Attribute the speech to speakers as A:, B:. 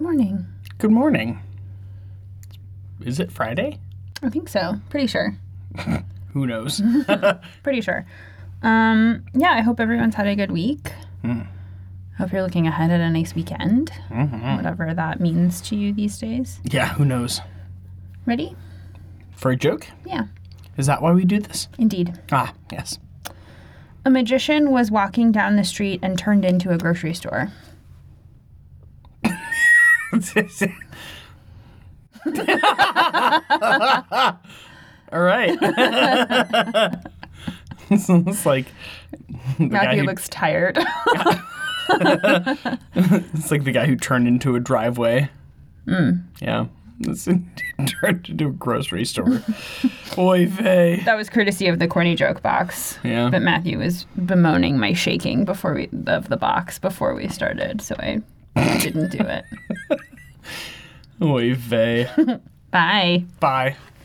A: Morning.
B: Good morning. Is it Friday?
A: I think so. Pretty sure.
B: Who knows?
A: Pretty sure. Um, yeah, I hope everyone's had a good week.
B: Hmm.
A: Hope you're looking ahead at a nice weekend,
B: Mm-hmm.
A: whatever that means to you these days.
B: yeah, who knows?
A: Ready?
B: For a joke?
A: Yeah,
B: Is that why we do this?
A: indeed.
B: Ah, yes.
A: A magician was walking down the street and turned into a grocery store.
B: All right. it's almost like the guy
A: Matthew
B: who,
A: looks tired.
B: it's like the guy who turned into a driveway. Yeah. It's turned into a grocery store. Oy vey.
A: that was courtesy of the corny joke box.
B: Yeah.
A: But Matthew was bemoaning my shaking before we of the box before we started, so I didn't do it.
B: Oy vey.
A: Bye.
B: Bye.